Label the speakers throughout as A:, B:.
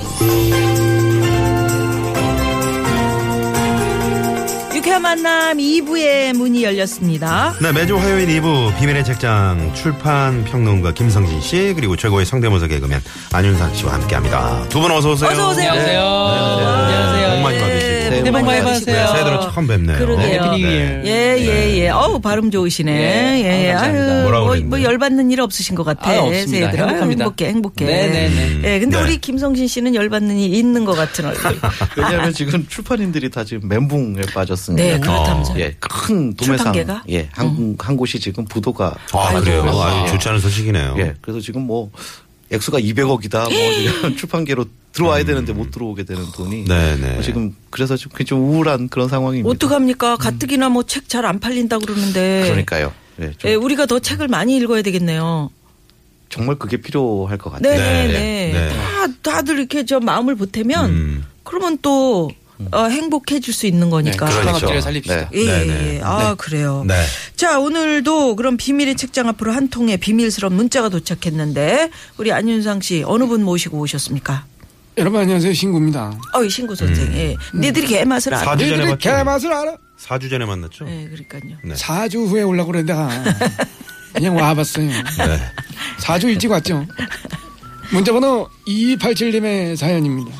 A: 유쾌한 만남 2부의 문이 열렸습니다.
B: 네, 매주 화요일 2부 비밀의 책장 출판 평론가 김성진 씨 그리고 최고의 성대모사 개그맨 안윤상 씨와 함께합니다. 두 분 어서 오세요.
A: 어서 오세요.
B: 네.
A: 안녕하세요.
B: 복 많이 받으시고.
A: 네, 복 많이
B: 네,
A: 받으세요.
B: 새해 들어 처음 뵙네요.
A: 그러게요. 해피 뉴
B: 네.
A: 예, 예, 예. 어우, 발음 좋으시네. 예, 예. 아유,
B: 뭐라고
A: 뭐,
B: 그랬는데?
A: 뭐 열받는 일 없으신 것 같아. 예,
C: 아, 없습니다.
A: 새해 들어. 아유,
C: 행복합니다.
A: 행복해, 행복해.
C: 네네네.
A: 예, 근데
B: 네.
A: 우리 김성진 씨는 열받는 일 있는 것 같은 얼굴.
D: 왜냐하면 지금 출판인들이 다 지금 멘붕에 빠졌습니다.
B: 어,
A: 네, 그렇다면서요.
D: 예, 큰 도매상
A: 출판계가? 음.
D: 예, 한, 한 곳이 지금 부도가
B: 아, 그래요.
A: 그렇죠.
B: 아,
D: 예.
B: 좋지 않은 소식이네요.
D: 예, 그래서 지금 뭐 액수가 200억이다. 뭐 지금 출판계로 들어와야 되는데 못 들어오게 되는 돈이
B: 음.
D: 뭐
B: 네, 네.
D: 지금 그래서 지금 굉장히 좀 우울한 그런 상황입니다.
A: 어떡합니까? 가뜩이나 뭐 책 잘 안 팔린다 그러는데.
D: 그러니까요. 예, 좀
A: 예, 우리가 더 책을 많이 읽어야 되겠네요.
D: 정말 그게 필요할 것 같아요.
A: 네네네.
B: 네, 네.
A: 다, 다들 이렇게 저 마음을 보태면 그러면 또 어, 행복해질 수 있는 거니까.
E: 그러니까.
B: 그렇죠.
C: 살립시다.
A: 예,
B: 네네.
A: 예, 예. 아, 그래요.
B: 네.
A: 자, 오늘도 그럼 비밀의 책장 앞으로 한 통의 비밀스러운 문자가 도착했는데, 우리 안윤상 씨, 어느 분 모시고 오셨습니까?
E: 여러분 안녕하세요 신구입니다.
A: 어이, 신구 선생. 예. 니들이 개맛을 알아.
B: 4주 전에
E: 너희들이
B: 봤죠.
E: 개맛을 알아?
B: 4주 전에 만났죠.
A: 예, 그러니까요.
B: 네.
E: 4주 후에 오려고 그랬다가 그냥 와봤어요.
B: 네.
E: 4주 일찍 왔죠. 문자번호 2287님의 사연입니다.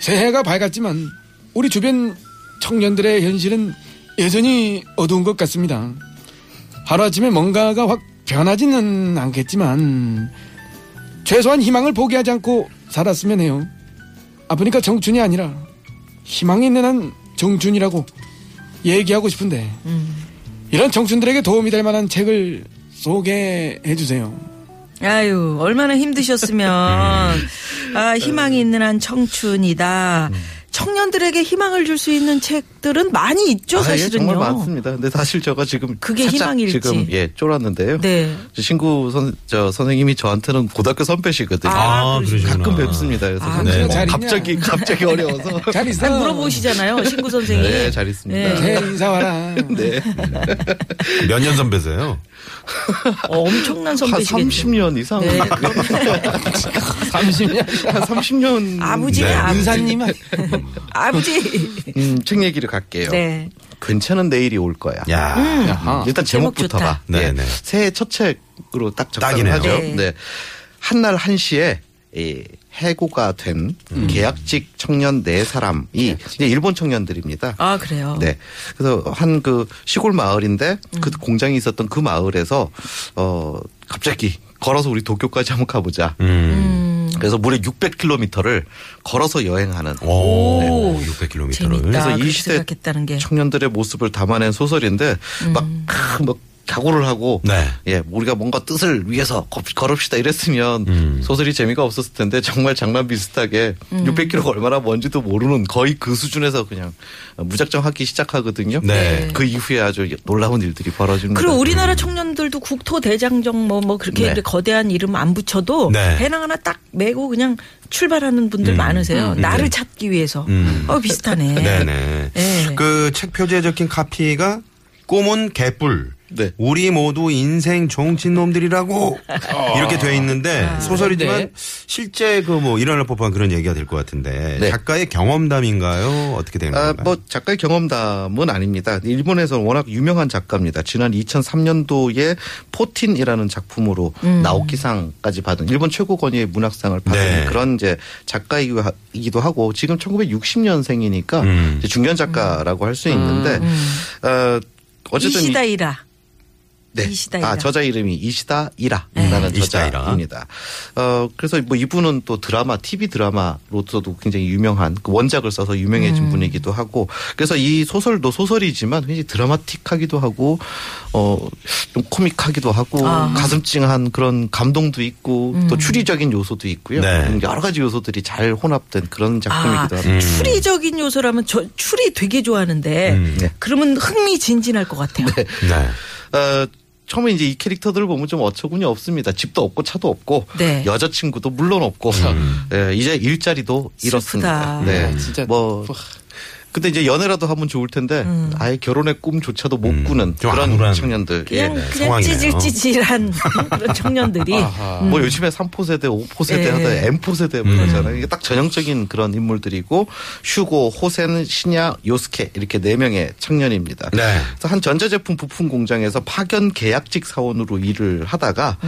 E: 새해가 밝았지만 우리 주변 청년들의 현실은 여전히 어두운 것 같습니다. 하루아침에 뭔가가 확 변하지는 않겠지만 최소한 희망을 포기하지 않고 살았으면 해요. 아프니까 청춘이 아니라 희망이 있는 한 청춘이라고 얘기하고 싶은데 이런 청춘들에게 도움이 될 만한 책을 소개해 주세요.
A: 아유, 얼마나 힘드셨으면, 아, 희망이 있는 한 청춘이다. 청년들에게 희망을 줄 수 있는 책들은 많이 있죠,
D: 아, 예,
A: 사실은요.
D: 정말 많습니다. 근데 사실 제가 지금
A: 그게
D: 살짝
A: 희망일지.
D: 지금 예 쫄았는데요.
A: 네.
D: 친구 선, 저 선생님이 저한테는 고등학교 선배시거든요.
B: 아, 그러시구나.
D: 가끔 뵙습니다. 그래서
A: 아,
D: 저는
B: 네.
D: 뭐
E: 잘 있냐?
D: 갑자기 갑자기 어려워서
E: 잘 있어.
A: 딱 물어보시잖아요, 신구 선생이.
D: 네, 잘 있습니다.
A: 예.
E: 네, 인사 와라.
B: 몇 년 선배세요?
A: 음. 어, 엄청난
D: 한
A: 선배시겠죠.
D: 30년 이상
A: 네.
E: 잠시만요.
D: 한 30년
A: 아버지,
B: 네.
A: 아버지.
E: 인사님.
A: 아버지.
D: 음, 책 얘기를 갈게요.
A: 네.
D: 괜찮은 내일이 올 거야. 음,
B: 야.
E: 야하.
D: 일단
A: 제목 좋다.
D: 제목부터 봐.
B: 네,
D: 예.
B: 네.
D: 새해 첫 책으로 딱
B: 딱이네요.
D: 적당하죠.
A: 네.
D: 네. 한날 한시에 이 해고가 된 계약직 청년 네 사람이 이제 일본 청년들입니다.
A: 아, 그래요?
D: 네. 그래서 한 그 시골 마을인데 그 공장이 있었던 그 마을에서 어 갑자기 걸어서 우리 도쿄까지 한번 가보자. 그래서 무려 600km를 걸어서 여행하는
B: 오,
A: 오.
B: 600km.
A: 재밌다.
D: 그래서
A: 아, 그렇게
D: 이 시대
A: 생각했다는 게. 음.
D: 청년들의 모습을 담아낸 소설인데 막 막 각오를 하고
B: 네.
D: 예 우리가 뭔가 뜻을 위해서 거- 걸읍시다 이랬으면
B: 음.
D: 소설이 재미가 없었을 텐데 정말 장난 비슷하게
A: 음.
D: 600km가 얼마나 먼지도 모르는 거의 그 수준에서 그냥 무작정 하기 시작하거든요.
B: 네.
D: 그 이후에 아주 놀라운 일들이 벌어집니다.
A: 그리고 우리나라 청년들도 국토 대장정 뭐 뭐 그렇게
D: 네.
A: 이렇게 거대한 이름 안 붙여도
B: 네.
A: 배낭 하나 딱 메고 그냥 출발하는
D: 음.
A: 분들 많으세요.
D: 네.
A: 나를 찾기 위해서. 어 비슷하네.
B: 네네.
A: 예.
B: 그 책 표지에 적힌 카피가 꼬문 개뿔.
D: 네.
B: 우리 모두 인생 종친놈들이라고
D: 아.
B: 이렇게 돼 있는데 소설이지만 실제 그 뭐 일어날 법한 그런 얘기가 될 것 같은데
D: 네.
B: 작가의 경험담인가요? 어떻게 되는
D: 아,
B: 건가요?
D: 뭐 작가의 경험담은 아닙니다. 일본에서 워낙 유명한 작가입니다. 지난 2003년도에 포틴이라는 작품으로 나오키상까지 받은 일본 최고 권위의 문학상을 받은
B: 네.
D: 그런 이제 작가이기도 하고 지금 1960년생이니까
B: 음.
D: 중견 작가라고 할 수 있는데 어,
A: 이
D: 어쨌든 이-
A: 시다이라.
D: 네.
A: 이시다이라. 네.
D: 아, 저자 이름이 이시다 이라라는
B: 이시다이라.
D: 저자입니다. 어, 그래서 뭐 이분은 또 드라마, TV 드라마로서도 굉장히 유명한 그 원작을 써서
A: 네.
D: 유명해진 분이기도 하고 그래서 이 소설도 소설이지만 굉장히 드라마틱하기도 하고 어, 좀 코믹하기도 하고
A: 아.
D: 가슴 찡한 그런 감동도 있고
A: 음.
D: 또 추리적인 요소도 있고요.
B: 네.
D: 여러 가지 요소들이 잘 혼합된 그런
A: 아,
D: 작품이기도 합니다. 음.
A: 추리적인 요소라면 저 추리 되게 좋아하는데
D: 네.
A: 그러면 흥미진진할 것 같아요.
B: 네.
D: 어, 처음에 이제 이 캐릭터들을 보면 좀 어처구니 없습니다. 집도 없고 차도 없고
A: 네.
D: 여자친구도 물론 없고
B: 음.
D: 예, 이제 일자리도 잃었습니다.
A: 슬프다.
D: 네.
F: 아, 진짜.
D: 뭐 근데 이제 연애라도 하면 좋을 텐데
A: 음.
D: 아예 결혼의 꿈조차도 못 꾸는
B: 음. 좀
D: 그런
B: 암울한.
D: 청년들. 예.
A: 그냥 그냥
B: 상황이네요.
A: 찌질찌질한 그런 청년들이 음.
D: 뭐 요즘에 3포 세대, 5포 세대
A: 예.
D: 하다 M포 세대
B: 음.
D: 뭐 그러잖아요. 이게 딱 전형적인 그런 인물들이고 슈고, 호센, 신야, 요스케 이렇게 네 명의 청년입니다.
B: 네.
D: 그래서 한 전자제품 부품 공장에서 파견 계약직 사원으로 일을 하다가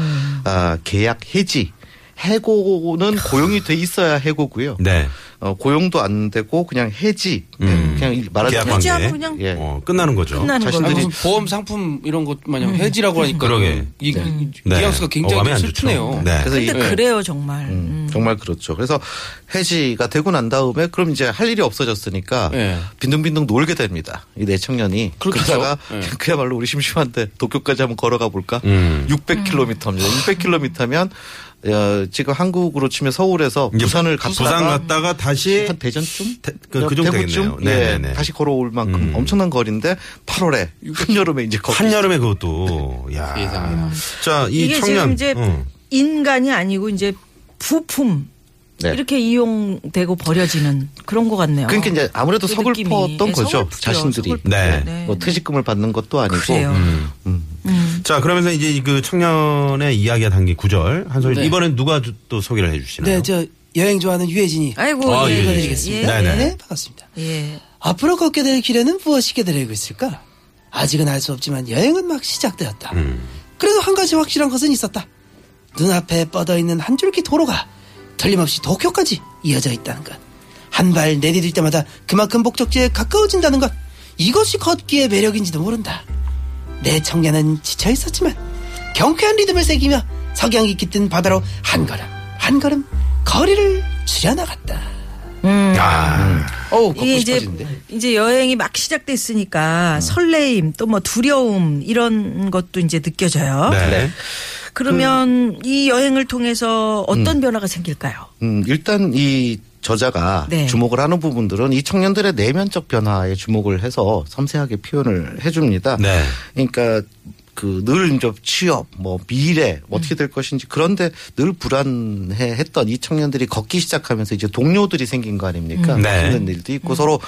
D: 아, 계약 해지 해고는 고용이 돼 있어야 해고고요.
B: 네.
D: 어, 고용도 안 되고 그냥 해지 네, 그냥
B: 음. 계약
D: 말하자면
B: 관계.
A: 해지하고 그냥
D: 예.
B: 어, 끝나는 거죠.
A: 끝나는
D: 자신들이-
A: 걸로.
F: 아니, 무슨 보험 상품 이런 것 마냥 해지라고 하니까
B: 음. 그러게.
F: 이, 이,
B: 네.
F: 뉘앙스가
B: 어, 마음에
F: 굉장히
B: 안 좋죠.
F: 슬프네요.
B: 네.
D: 그래서 이-
A: 근데
F: 예.
A: 그래요 정말.
D: 음, 정말 그렇죠. 그래서 해지가 되고 난 다음에 그럼 이제 할 일이 없어졌으니까
F: 예.
D: 빈둥빈둥 놀게 됩니다. 이 네 청년이
F: 그렇겠죠.
D: 그러다가
F: 예.
D: 그야말로 우리 심심한데 도쿄까지 한번 걸어가 볼까?
B: 음.
D: 600km입니다. 600km면 어, 지금 한국으로 치면 서울에서
B: 이제
D: 부산을 갔다가
B: 부산 갔다가 다시
D: 한 대전쯤
B: 대- 그- 그 정도 되겠네요.
D: 예,
B: 네네네. 음.
D: 다시 걸어올 만큼 엄청난 거리인데 8월에 한여름에 이제 걷기
B: 한여름에 그것도 야.
F: 세상에나.
B: 자, 이
A: 이게
B: 청년
A: 지금 이제
D: 음.
B: 응.
A: 인간이 아니고 이제 부품
D: 네.
A: 이렇게 이용되고 버려지는 그런 것 같네요.
D: 그러니까 이제 아무래도
A: 그
D: 서글펐던
A: 느낌이. 예,
D: 거죠,
A: 서글프죠.
D: 자신들이.
A: 서글프죠.
B: 네. 음.
D: 뭐 퇴직금을 받는 것도 아니고
A: 그래요.
B: 자, 그러면서 이제 이그 청년의 이야기가 담긴 구절 한 소절
F: 네.
B: 이번엔 누가 주- 또 소개를 해 주시나요?
F: 네, 저 여행 좋아하는 유혜진이
A: 아이고
B: 아,
A: 예,
B: 예,
A: 예,
F: 읽어드리겠습니다.
B: 예. 네네.
F: 네, 반갑습니다.
A: 예.
F: 앞으로 걷게 될 길에는 무엇이 기다리고 있을까? 아직은 알 수 없지만 여행은 막 시작되었다. 그래도 한 가지 확실한 것은 있었다. 눈앞에 뻗어 있는 한 줄기 도로가 틀림없이 도쿄까지 이어져 있다는 것. 한 발 내디딜 때마다 그만큼 목적지에 가까워진다는 것. 이것이 걷기의 매력인지도 모른다. 내 청년은 지쳐 있었지만 경쾌한 리듬을 새기며 석양이 깃든 바다로 한 걸음 한 걸음 거리를 줄여 나갔다.
D: 어우
A: 음. 이게
D: 걷고
A: 이제
D: 싶어지는데. 음.
A: 이제 여행이 막 시작됐으니까 설레임 또 뭐 두려움 이런 것도 이제 느껴져요.
B: 네.
A: 그러면 이 여행을 통해서 어떤 변화가 생길까요?
D: 음, 일단 이 저자가
A: 네.
D: 주목을 하는 부분들은 이 청년들의 내면적 변화에 주목을 해서 섬세하게 표현을 해줍니다.
B: 네.
D: 그러니까 그 늘 이제 취업, 뭐 미래 어떻게 될 것인지 그런데 늘 불안해했던 이 청년들이 걷기 시작하면서 이제 동료들이 생긴 거 아닙니까?
B: 네.
D: 힘든 일도 있고
A: 음.
D: 서로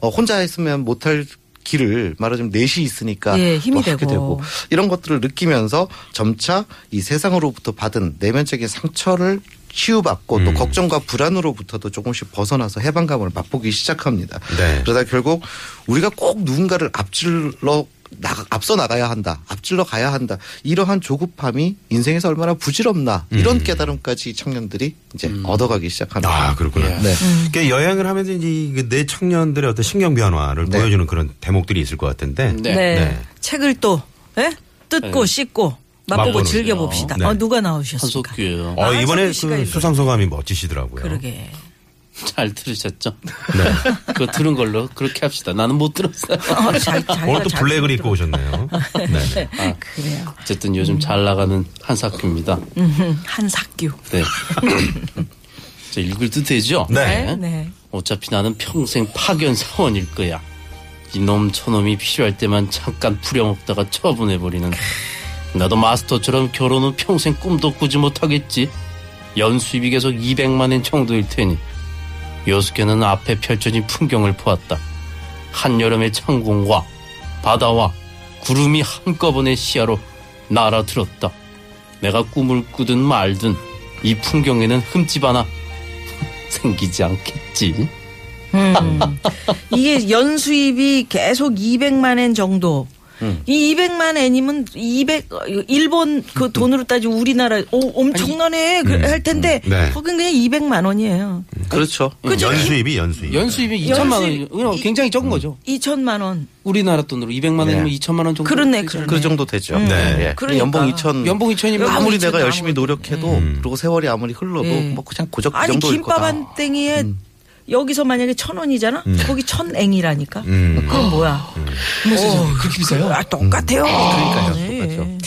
D: 어, 혼자 했으면 못할 길을 말하자면 넷이 있으니까
A: 예, 힘이
D: 또 하게
A: 되고.
D: 이런 것들을 느끼면서 점차 이 세상으로부터 받은 내면적인 상처를 치유받고
B: 음.
D: 또 걱정과 불안으로부터도 조금씩 벗어나서 해방감을 맛보기 시작합니다.
B: 네.
D: 그러다 결국 우리가 꼭 누군가를 앞질러 나가, 앞서 나가야 한다. 앞질러 가야 한다. 이러한 조급함이 인생에서 얼마나 부질없나. 이런 깨달음까지 청년들이 이제 얻어가기 시작합니다.
B: 아, 그렇구나.
D: 네.
B: 그러니까 여행을 하면서 이제 이내 청년들의 어떤 신경 변화를
D: 네.
B: 보여주는 그런 대목들이 있을 것 같은데.
F: 네.
B: 네.
A: 책을 또 예? 뜯고 씻고 맛보고
B: 맛보는
A: 즐겨 봅시다.
B: 네.
A: 어, 누가 나오셨습니까?
G: 한석규예요.
B: 어,
A: 아,
B: 이번에
A: 한석규 씨가
B: 그
A: 읽어요.
B: 수상소감이 멋지시더라고요.
A: 그러게.
G: 잘 들으셨죠?
B: 네.
G: 그거 들은 걸로 그렇게 합시다. 나는 못 들었어요.
A: 어, 잘, 잘,
B: 오늘 또
A: 잘
B: 블랙을 입고 오셨네요. 네.
A: 그래요.
G: 어쨌든 요즘 잘 나가는 한사큐입니다.
A: 음, 한삭규.
G: 네. 저 읽을도 되죠?
B: 네.
A: 네.
G: 어차피 나는 평생 파견 사원일 거야. 이놈 저놈이 필요할 때만 잠깐 부려먹다가 처분해버리는. 나도 마스터처럼 결혼 후 평생 꿈도 꾸지 못하겠지. 연수입이 계속 200만엔 정도일 테니. 요수께는 앞에 펼쳐진 풍경을 보았다. 한여름의 창공과 바다와 구름이 한꺼번에 시야로 날아들었다. 내가 꿈을 꾸든 말든 이 풍경에는 흠집 하나 생기지 않겠지.
A: 이게 연수입이 계속 200만 엔 정도.
B: 음.
A: 이 200만 애님은 200 어, 일본 그 돈으로 따지면 우리나라 오, 엄청나네 그- 할 텐데
B: 음. 음, 네. 음.
A: 거긴 그냥 200만 원이에요.
D: 그렇죠.
A: 그죠?
B: 연수입이 연수입.
F: 연수입이 2천만
A: 연수입-
F: 원이요. 굉장히
G: 음.
F: 적은 거죠.
A: 2천만 원.
F: 우리나라 돈으로 200만 원이면
G: 네.
F: 2천만 원 정도.
A: 그러네,
F: 되죠.
A: 그러네.
D: 그 정도 되죠.
A: 음.
B: 네.
D: 예.
A: 그러니까.
D: 연봉 2천.
F: 연봉 2천이면
A: 연봉
D: 아무리
A: 2천
D: 내가
A: 은
D: 열심히
A: 아무것도-
D: 노력해도
A: 음.
D: 그리고 세월이 아무리 흘러도
A: 예.
D: 뭐 그냥 고작 그
A: 아니
D: 정도일
A: 김밥
D: 거다.
A: 한 땡이에
B: 음.
A: 여기서 만약에 천 원이잖아. 거기 천 앵이라니까.
B: 음.
A: 그건 뭐야?
E: 어, 그렇게 비싸요?
A: 아 똑같아요.
D: 그러니까요,
A: 네.
D: 똑같죠.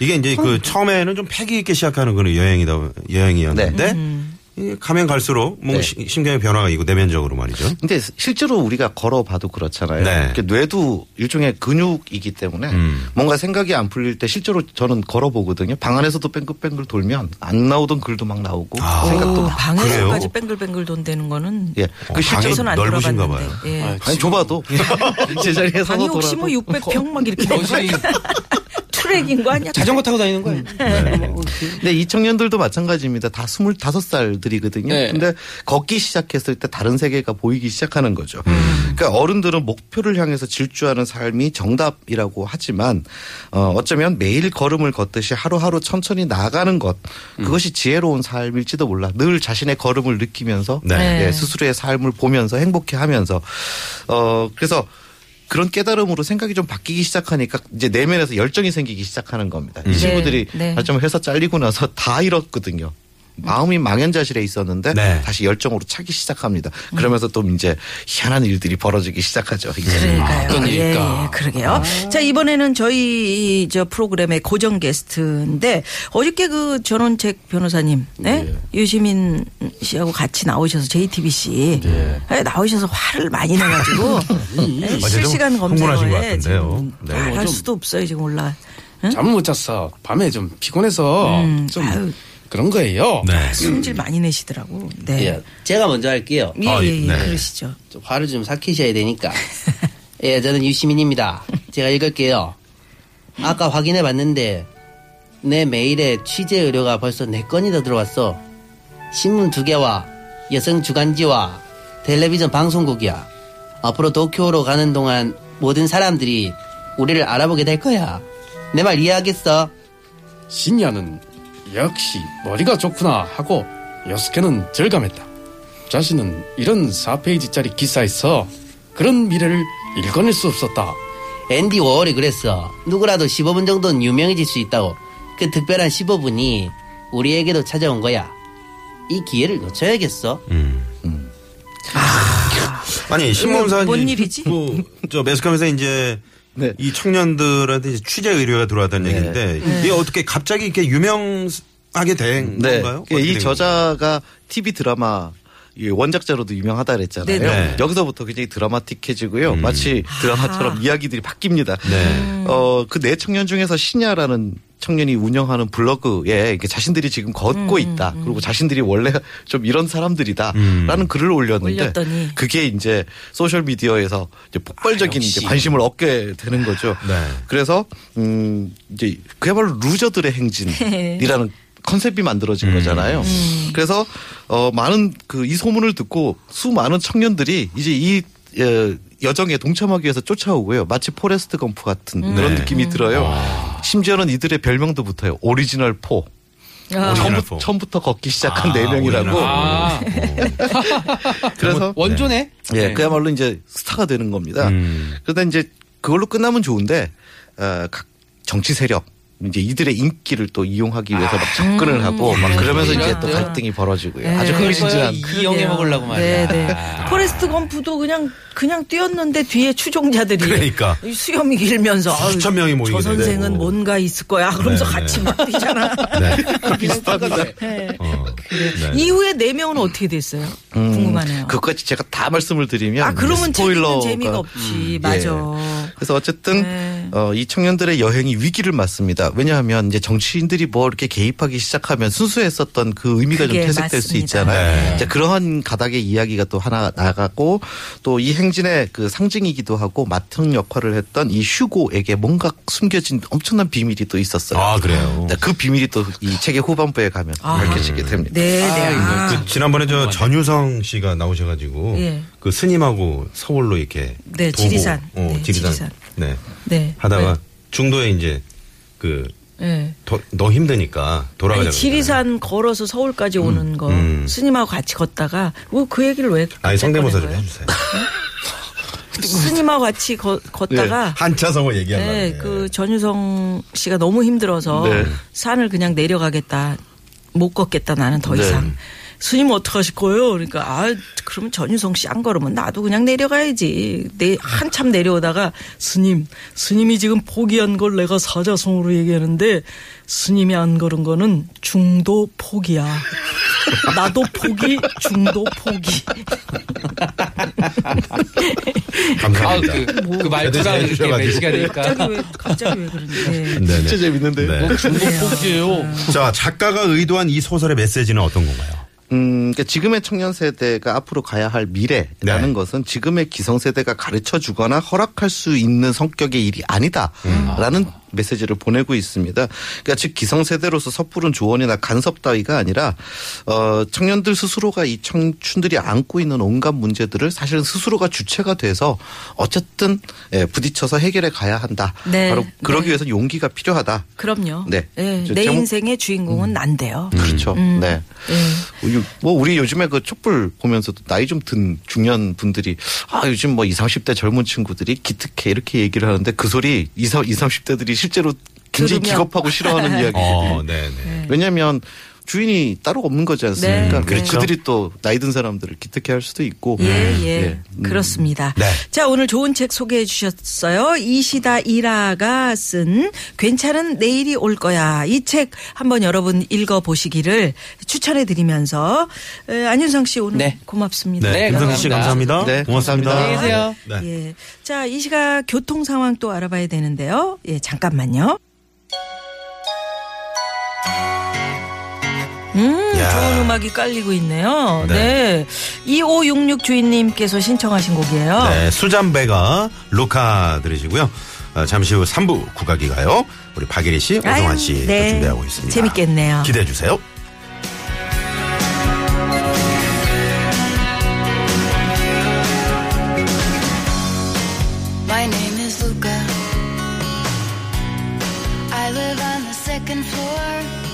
B: 이게 이제 그 처음에는 좀 패기 있게 시작하는 그런 여행이다 여행이었는데 이 가면 갈수록 뭔가
D: 네.
B: 시- 심경의 변화가 있고 내면적으로 말이죠.
D: 근데 실제로 우리가 걸어봐도 그렇잖아요.
B: 네.
D: 이렇게 뇌도 일종의 근육이기 때문에
A: 음.
D: 뭔가 생각이 안 풀릴 때 실제로 저는 걸어보거든요. 방 안에서도 뱅글뱅글 돌면 안 나오던 글도 막 나오고
A: 아.
B: 아,
D: 생각도
A: 오,
D: 막.
A: 어, 방에서까지 뱅글뱅글 돈 되는 거는
D: 예. 그 실제로
A: 저는 안
B: 넓으신가
A: 들어봤는데.
B: 봐요.
A: 예.
F: 아,
D: 아니 좁아도 제자리에서
A: 아니 혹시 뭐 600평 막 이렇게 되는
F: 거실이
A: 거야? 트랙인 거 아니야?
F: 자전거 타고 다니는 거예요.
B: 음. 네.
D: 근데 네, 이 청년들도 마찬가지입니다. 다 25살들이거든요.
F: 네.
D: 근데 걷기 시작했을 때 다른 세계가 보이기 시작하는 거죠. 그러니까 어른들은 목표를 향해서 질주하는 삶이 정답이라고 하지만 어, 어쩌면 매일 걸음을 걷듯이 하루하루 천천히 나아가는 것 그것이 지혜로운 삶일지도 몰라. 늘 자신의 걸음을 느끼면서
B: 네.
D: 예, 스스로의 삶을 보면서 행복해 하면서 어 그래서 그런 깨달음으로 생각이 좀 바뀌기 시작하니까 이제 내면에서 열정이 생기기 시작하는 겁니다. 이 친구들이
A: 네.
D: 좀 회사 잘리고 나서 다 잃었거든요. 마음이 망연자실해 있었는데
B: 네.
D: 다시 열정으로 차기 시작합니다. 그러면서 또 이제 희한한 일들이 벌어지기 시작하죠.
B: 아,
D: 이제.
A: 그러니까요.
F: 어떤
A: 예,
F: 일일까?
A: 예, 그러게요. 자, 이번에는 저희 이 저 프로그램의 고정 게스트인데 어저께 그 전원책 변호사님, 네?
B: 예.
A: 유시민 씨하고 같이 나오셔서 JTBC
B: 예.
A: 에 나오셔서 화를 많이 내가지고 네,
B: 좀
A: 실시간
B: 흥분하신 것
A: 검색어에
B: 같은데요.
A: 지금
B: 네.
A: 말할
F: 좀-
A: 수도 없어요. 지금 올라. 응?
F: 잠을 못 잤어. 밤에 좀 피곤해서
B: 음.
F: 좀
A: 아유.
F: 그런
A: 어.
F: 거예요.
B: 네.
A: 숨질 많이 내시더라고. 네.
G: 예, 제가 먼저 할게요.
A: 예,
B: 아,
A: 예, 예,
B: 네.
A: 그러시죠.
G: 좀 화를 좀 삭히셔야 되니까. 예, 저는 유시민입니다. 제가 읽을게요. 아까 확인해 봤는데 내 메일에 취재 의뢰가 벌써 네 건이 더 들어왔어. 신문 두 개와 여성 주간지와 텔레비전 방송국이야. 앞으로 도쿄로 가는 동안 모든 사람들이 우리를 알아보게 될 거야. 내 말 이해하겠어?
F: 신야는 역시 머리가 좋구나 하고 여스케는 절감했다. 자신은 이런 4페이지짜리 기사에서 그런 미래를 읽어낼 수 없었다.
G: 앤디 워홀이 그랬어. 누구라도 15분 정도는 유명해질 수 있다고. 그 특별한 15분이 우리에게도 찾아온 거야. 이 기회를 놓쳐야겠어.
B: 아니 신문사
A: 뭔 일이지?
B: 뭐저 매스컴에서 이제
D: 네.
B: 이 청년들한테 이제 취재 의뢰가 들어왔다는 얘기인데
A: 네.
B: 이게 어떻게 갑자기 이렇게 유명하게 된
D: 네.
B: 건가요?
D: 예,
B: 음, 어떻게
D: 이
B: 된
D: 저자가 TV 드라마 이 원작자로도 유명하다 그랬잖아요.
B: 네네. 음.
D: 여기서부터 굉장히 드라마틱해지고요. 마치 드라마처럼 이야기들이 바뀝니다.
B: 네.
D: 어, 그 네 청년 중에서 신야라는 청년이 운영하는 블로그에 이게 자신들이 지금 걷고 있다. 그리고 자신들이 원래 좀 이런 사람들이다라는
B: 음.
D: 글을 올렸는데
A: 올렸더니.
D: 그게 이제 소셜 미디어에서 이제 폭발적인 이제 관심을 얻게 되는 거죠.
B: 네.
D: 그래서 음 이제 그야말로 루저들의 행진이라는 컨셉이
B: 음.
D: 만들어진 거잖아요. 그래서 어 많은 그 이 소문을 듣고 수많은 청년들이 이제 이 예, 여정에 동참하기 위해서 쫓아오고요. 마치 포레스트 검프 같은 그런
B: 네.
D: 느낌이 들어요.
B: 아.
D: 심지어는 이들의 별명도 붙어요. 오리지널 포.
A: 아.
B: 오리지널 포.
D: 처음부, 처음부터 걷기 시작한
B: 아,
D: 네 명이라고.
B: 오리지널 아,
F: 아,
D: 그래서
F: 원조네?
D: 예, 그야말로 이제 스타가 되는 겁니다.
A: 음.
D: 그러다 이제 그걸로 끝나면 좋은데 어, 각 정치 세력 이제 이들의 인기를 또 이용하기 위해서
A: 아.
D: 막 접근을 하고
A: 음.
D: 막 그러면서 이제 또 갈등이 벌어지고요. 아주 흥미진진한
G: 이용해 먹으려고 말이야. 아.
A: 네, 네. 포레스트 검프도 그냥 그냥 뛰었는데 뒤에 추종자들이
B: 그러니까.
A: 이 수염이 길면서 아유,
B: 4천 명이 모이게
A: 저 선생은
B: 되고.
A: 뭔가 있을 거야. 그러면서
B: 네,
A: 같이 막 뛰잖아.
D: 비슷합니다.
A: 네.
B: 어, 네. 음,
A: 이후에 네 명은 어떻게 됐어요? 궁금하네요.
D: 그것까지 제가 다 말씀을 드리면
A: 아 그러면
D: 스포일러가
A: 재미는
B: 그러니까.
A: 재미가
B: 음,
A: 없지. 맞아.
D: 예. 그래서 어쨌든
A: 네.
D: 어, 이 청년들의 여행이 위기를 맞습니다. 왜냐하면 이제 정치인들이 뭐 이렇게 개입하기 시작하면 순수했었던 그 의미가 좀
A: 그게
D: 퇴색될 수
A: 맞습니다.
B: 네.
D: 있잖아요. 이제 그러한 가닥의 이야기가 또 하나 나가고 또 이 행진의 그 상징이기도 하고 마청 역할을 했던 이 휴고에게 뭔가 숨겨진 엄청난 비밀이 또 있었어요.
B: 아, 그래요?
D: 네, 그 비밀이 또 이 책의 후반부에 가면
A: 아하.
D: 밝혀지게 됩니다.
A: 네, 네. 아,
B: 그 지난번에 저 전유성 씨가 나오셔가지고
A: 예.
B: 그 스님하고 서울로 이렇게
A: 네,
B: 도보,
A: 지리산.
B: 어,
A: 네,
B: 지리산,
A: 지리산.
B: 네.
A: 네.
B: 하다가 중도에 이제 그
A: 예.
B: 더, 너 힘드니까 돌아가자.
A: 아니, 지리산 걸어서 서울까지 오는 거
B: 음.
A: 스님하고 같이 걷다가 뭐 그 얘기를 왜?
B: 아니 성대모사 좀
A: 꺼낸 거예요?
B: 해주세요.
A: 스님하고 같이 거- 걷다가
B: 네, 한자 성어 얘기하려고.
A: 네,
B: 그래요.
A: 그 전유성 씨가 너무 힘들어서
D: 네.
A: 산을 그냥 내려가겠다. 못 걷겠다 나는
D: 네.
A: 더 이상. 스님 어떡하실 거예요? 그러니까 아 그러면 전유성 씨 안 걸으면 나도 그냥 내려가야지. 내 한참 내려오다가 스님 스님이 지금 포기한 걸 내가 사자성어로 얘기하는데 스님이 안 걸은 거는 중도 포기야. 나도 포기 중도 포기.
B: 감사합니다.
A: 아,
F: 그, 그
B: 네. 대신
F: 말투랑 이렇게
B: 해주셔가지고.
F: 매치가 되니까.
A: 갑자기 왜 갑자기 왜 그런지. 네.
B: 네네.
D: 진짜 재밌는데.
B: 네.
G: 뭐
F: 중복복이에요.
B: 자 작가가 의도한 이 소설의 메시지는 어떤 건가요?
D: 음, 그러니까 지금의 청년 세대가 앞으로 가야 할 미래라는
B: 네.
D: 것은 지금의 기성 세대가 가르쳐 주거나 허락할 수 있는 성격의 일이 아니다라는 메시지를 보내고 있습니다. 그러니까 즉 기성 세대로서 섣부른 조언이나 간섭 따위가 아니라 어, 청년들 스스로가 이 청춘들이 안고 있는 온갖 문제들을 사실은 스스로가 주체가 돼서 어쨌든 예, 부딪혀서 해결해 가야 한다.
A: 네.
D: 바로 그러기
A: 네.
D: 위해서 용기가 필요하다.
A: 그럼요.
D: 네.
A: 예,
D: 저
A: 내
D: 제목- 음.
A: 인생의 주인공은 난데요.
D: 그렇죠.
A: 음.
D: 네.
A: 예.
D: 요- 뭐 우리 요즘에 그 촛불 보면서도 나이 좀 든 중년 분들이 아 요즘 뭐 20, 30대 젊은 친구들이 기특해 이렇게 얘기를 하는데 그 소리 20, 30대들이 실제로 굉장히
A: 들으면. 네.
D: 기겁하고 싫어하는 이야기.
B: 어, 네네.
D: 왜냐하면 주인이 따로 없는 거지 않습니까?
A: 네, 그렇죠.
D: 들이또 나이 든 사람들을 기특해 할 수도 있고.
A: 예, 예.
D: 음.
A: 그렇습니다.
B: 네.
A: 자, 오늘 좋은 책 소개해 주셨어요. 이시다 이라가 쓴 괜찮은 내일이 올 거야. 이 책 한번 여러분 읽어 보시기를 추천해 드리면서 에, 안윤상 씨 오늘
F: 네.
A: 고맙습니다.
B: 네,
F: 네,
B: 김성희 씨
F: 감사합니다.
B: 감사합니다.
D: 네,
B: 고맙습니다.
F: 감사합니다. 안녕히 계세요.
B: 네.
A: 예. 자, 이 시각 교통 상황 또 알아봐야 되는데요. 예, 잠깐만요. 음,
B: 야.
A: 좋은 음악이 깔리고 있네요.
B: 네.
A: 네. 2566 주인님께서 신청하신 곡이에요.
B: 네, 수잔베가 루카 들으시고요. 어, 잠시 후 3부 국악이 가요. 우리 박예리 씨,
A: 아유,
B: 오성환 씨
A: 네.
B: 준비하고 있습니다.
A: 재밌겠네요.
B: 기대해 주세요.
H: My name is Luca. I live on the second floor.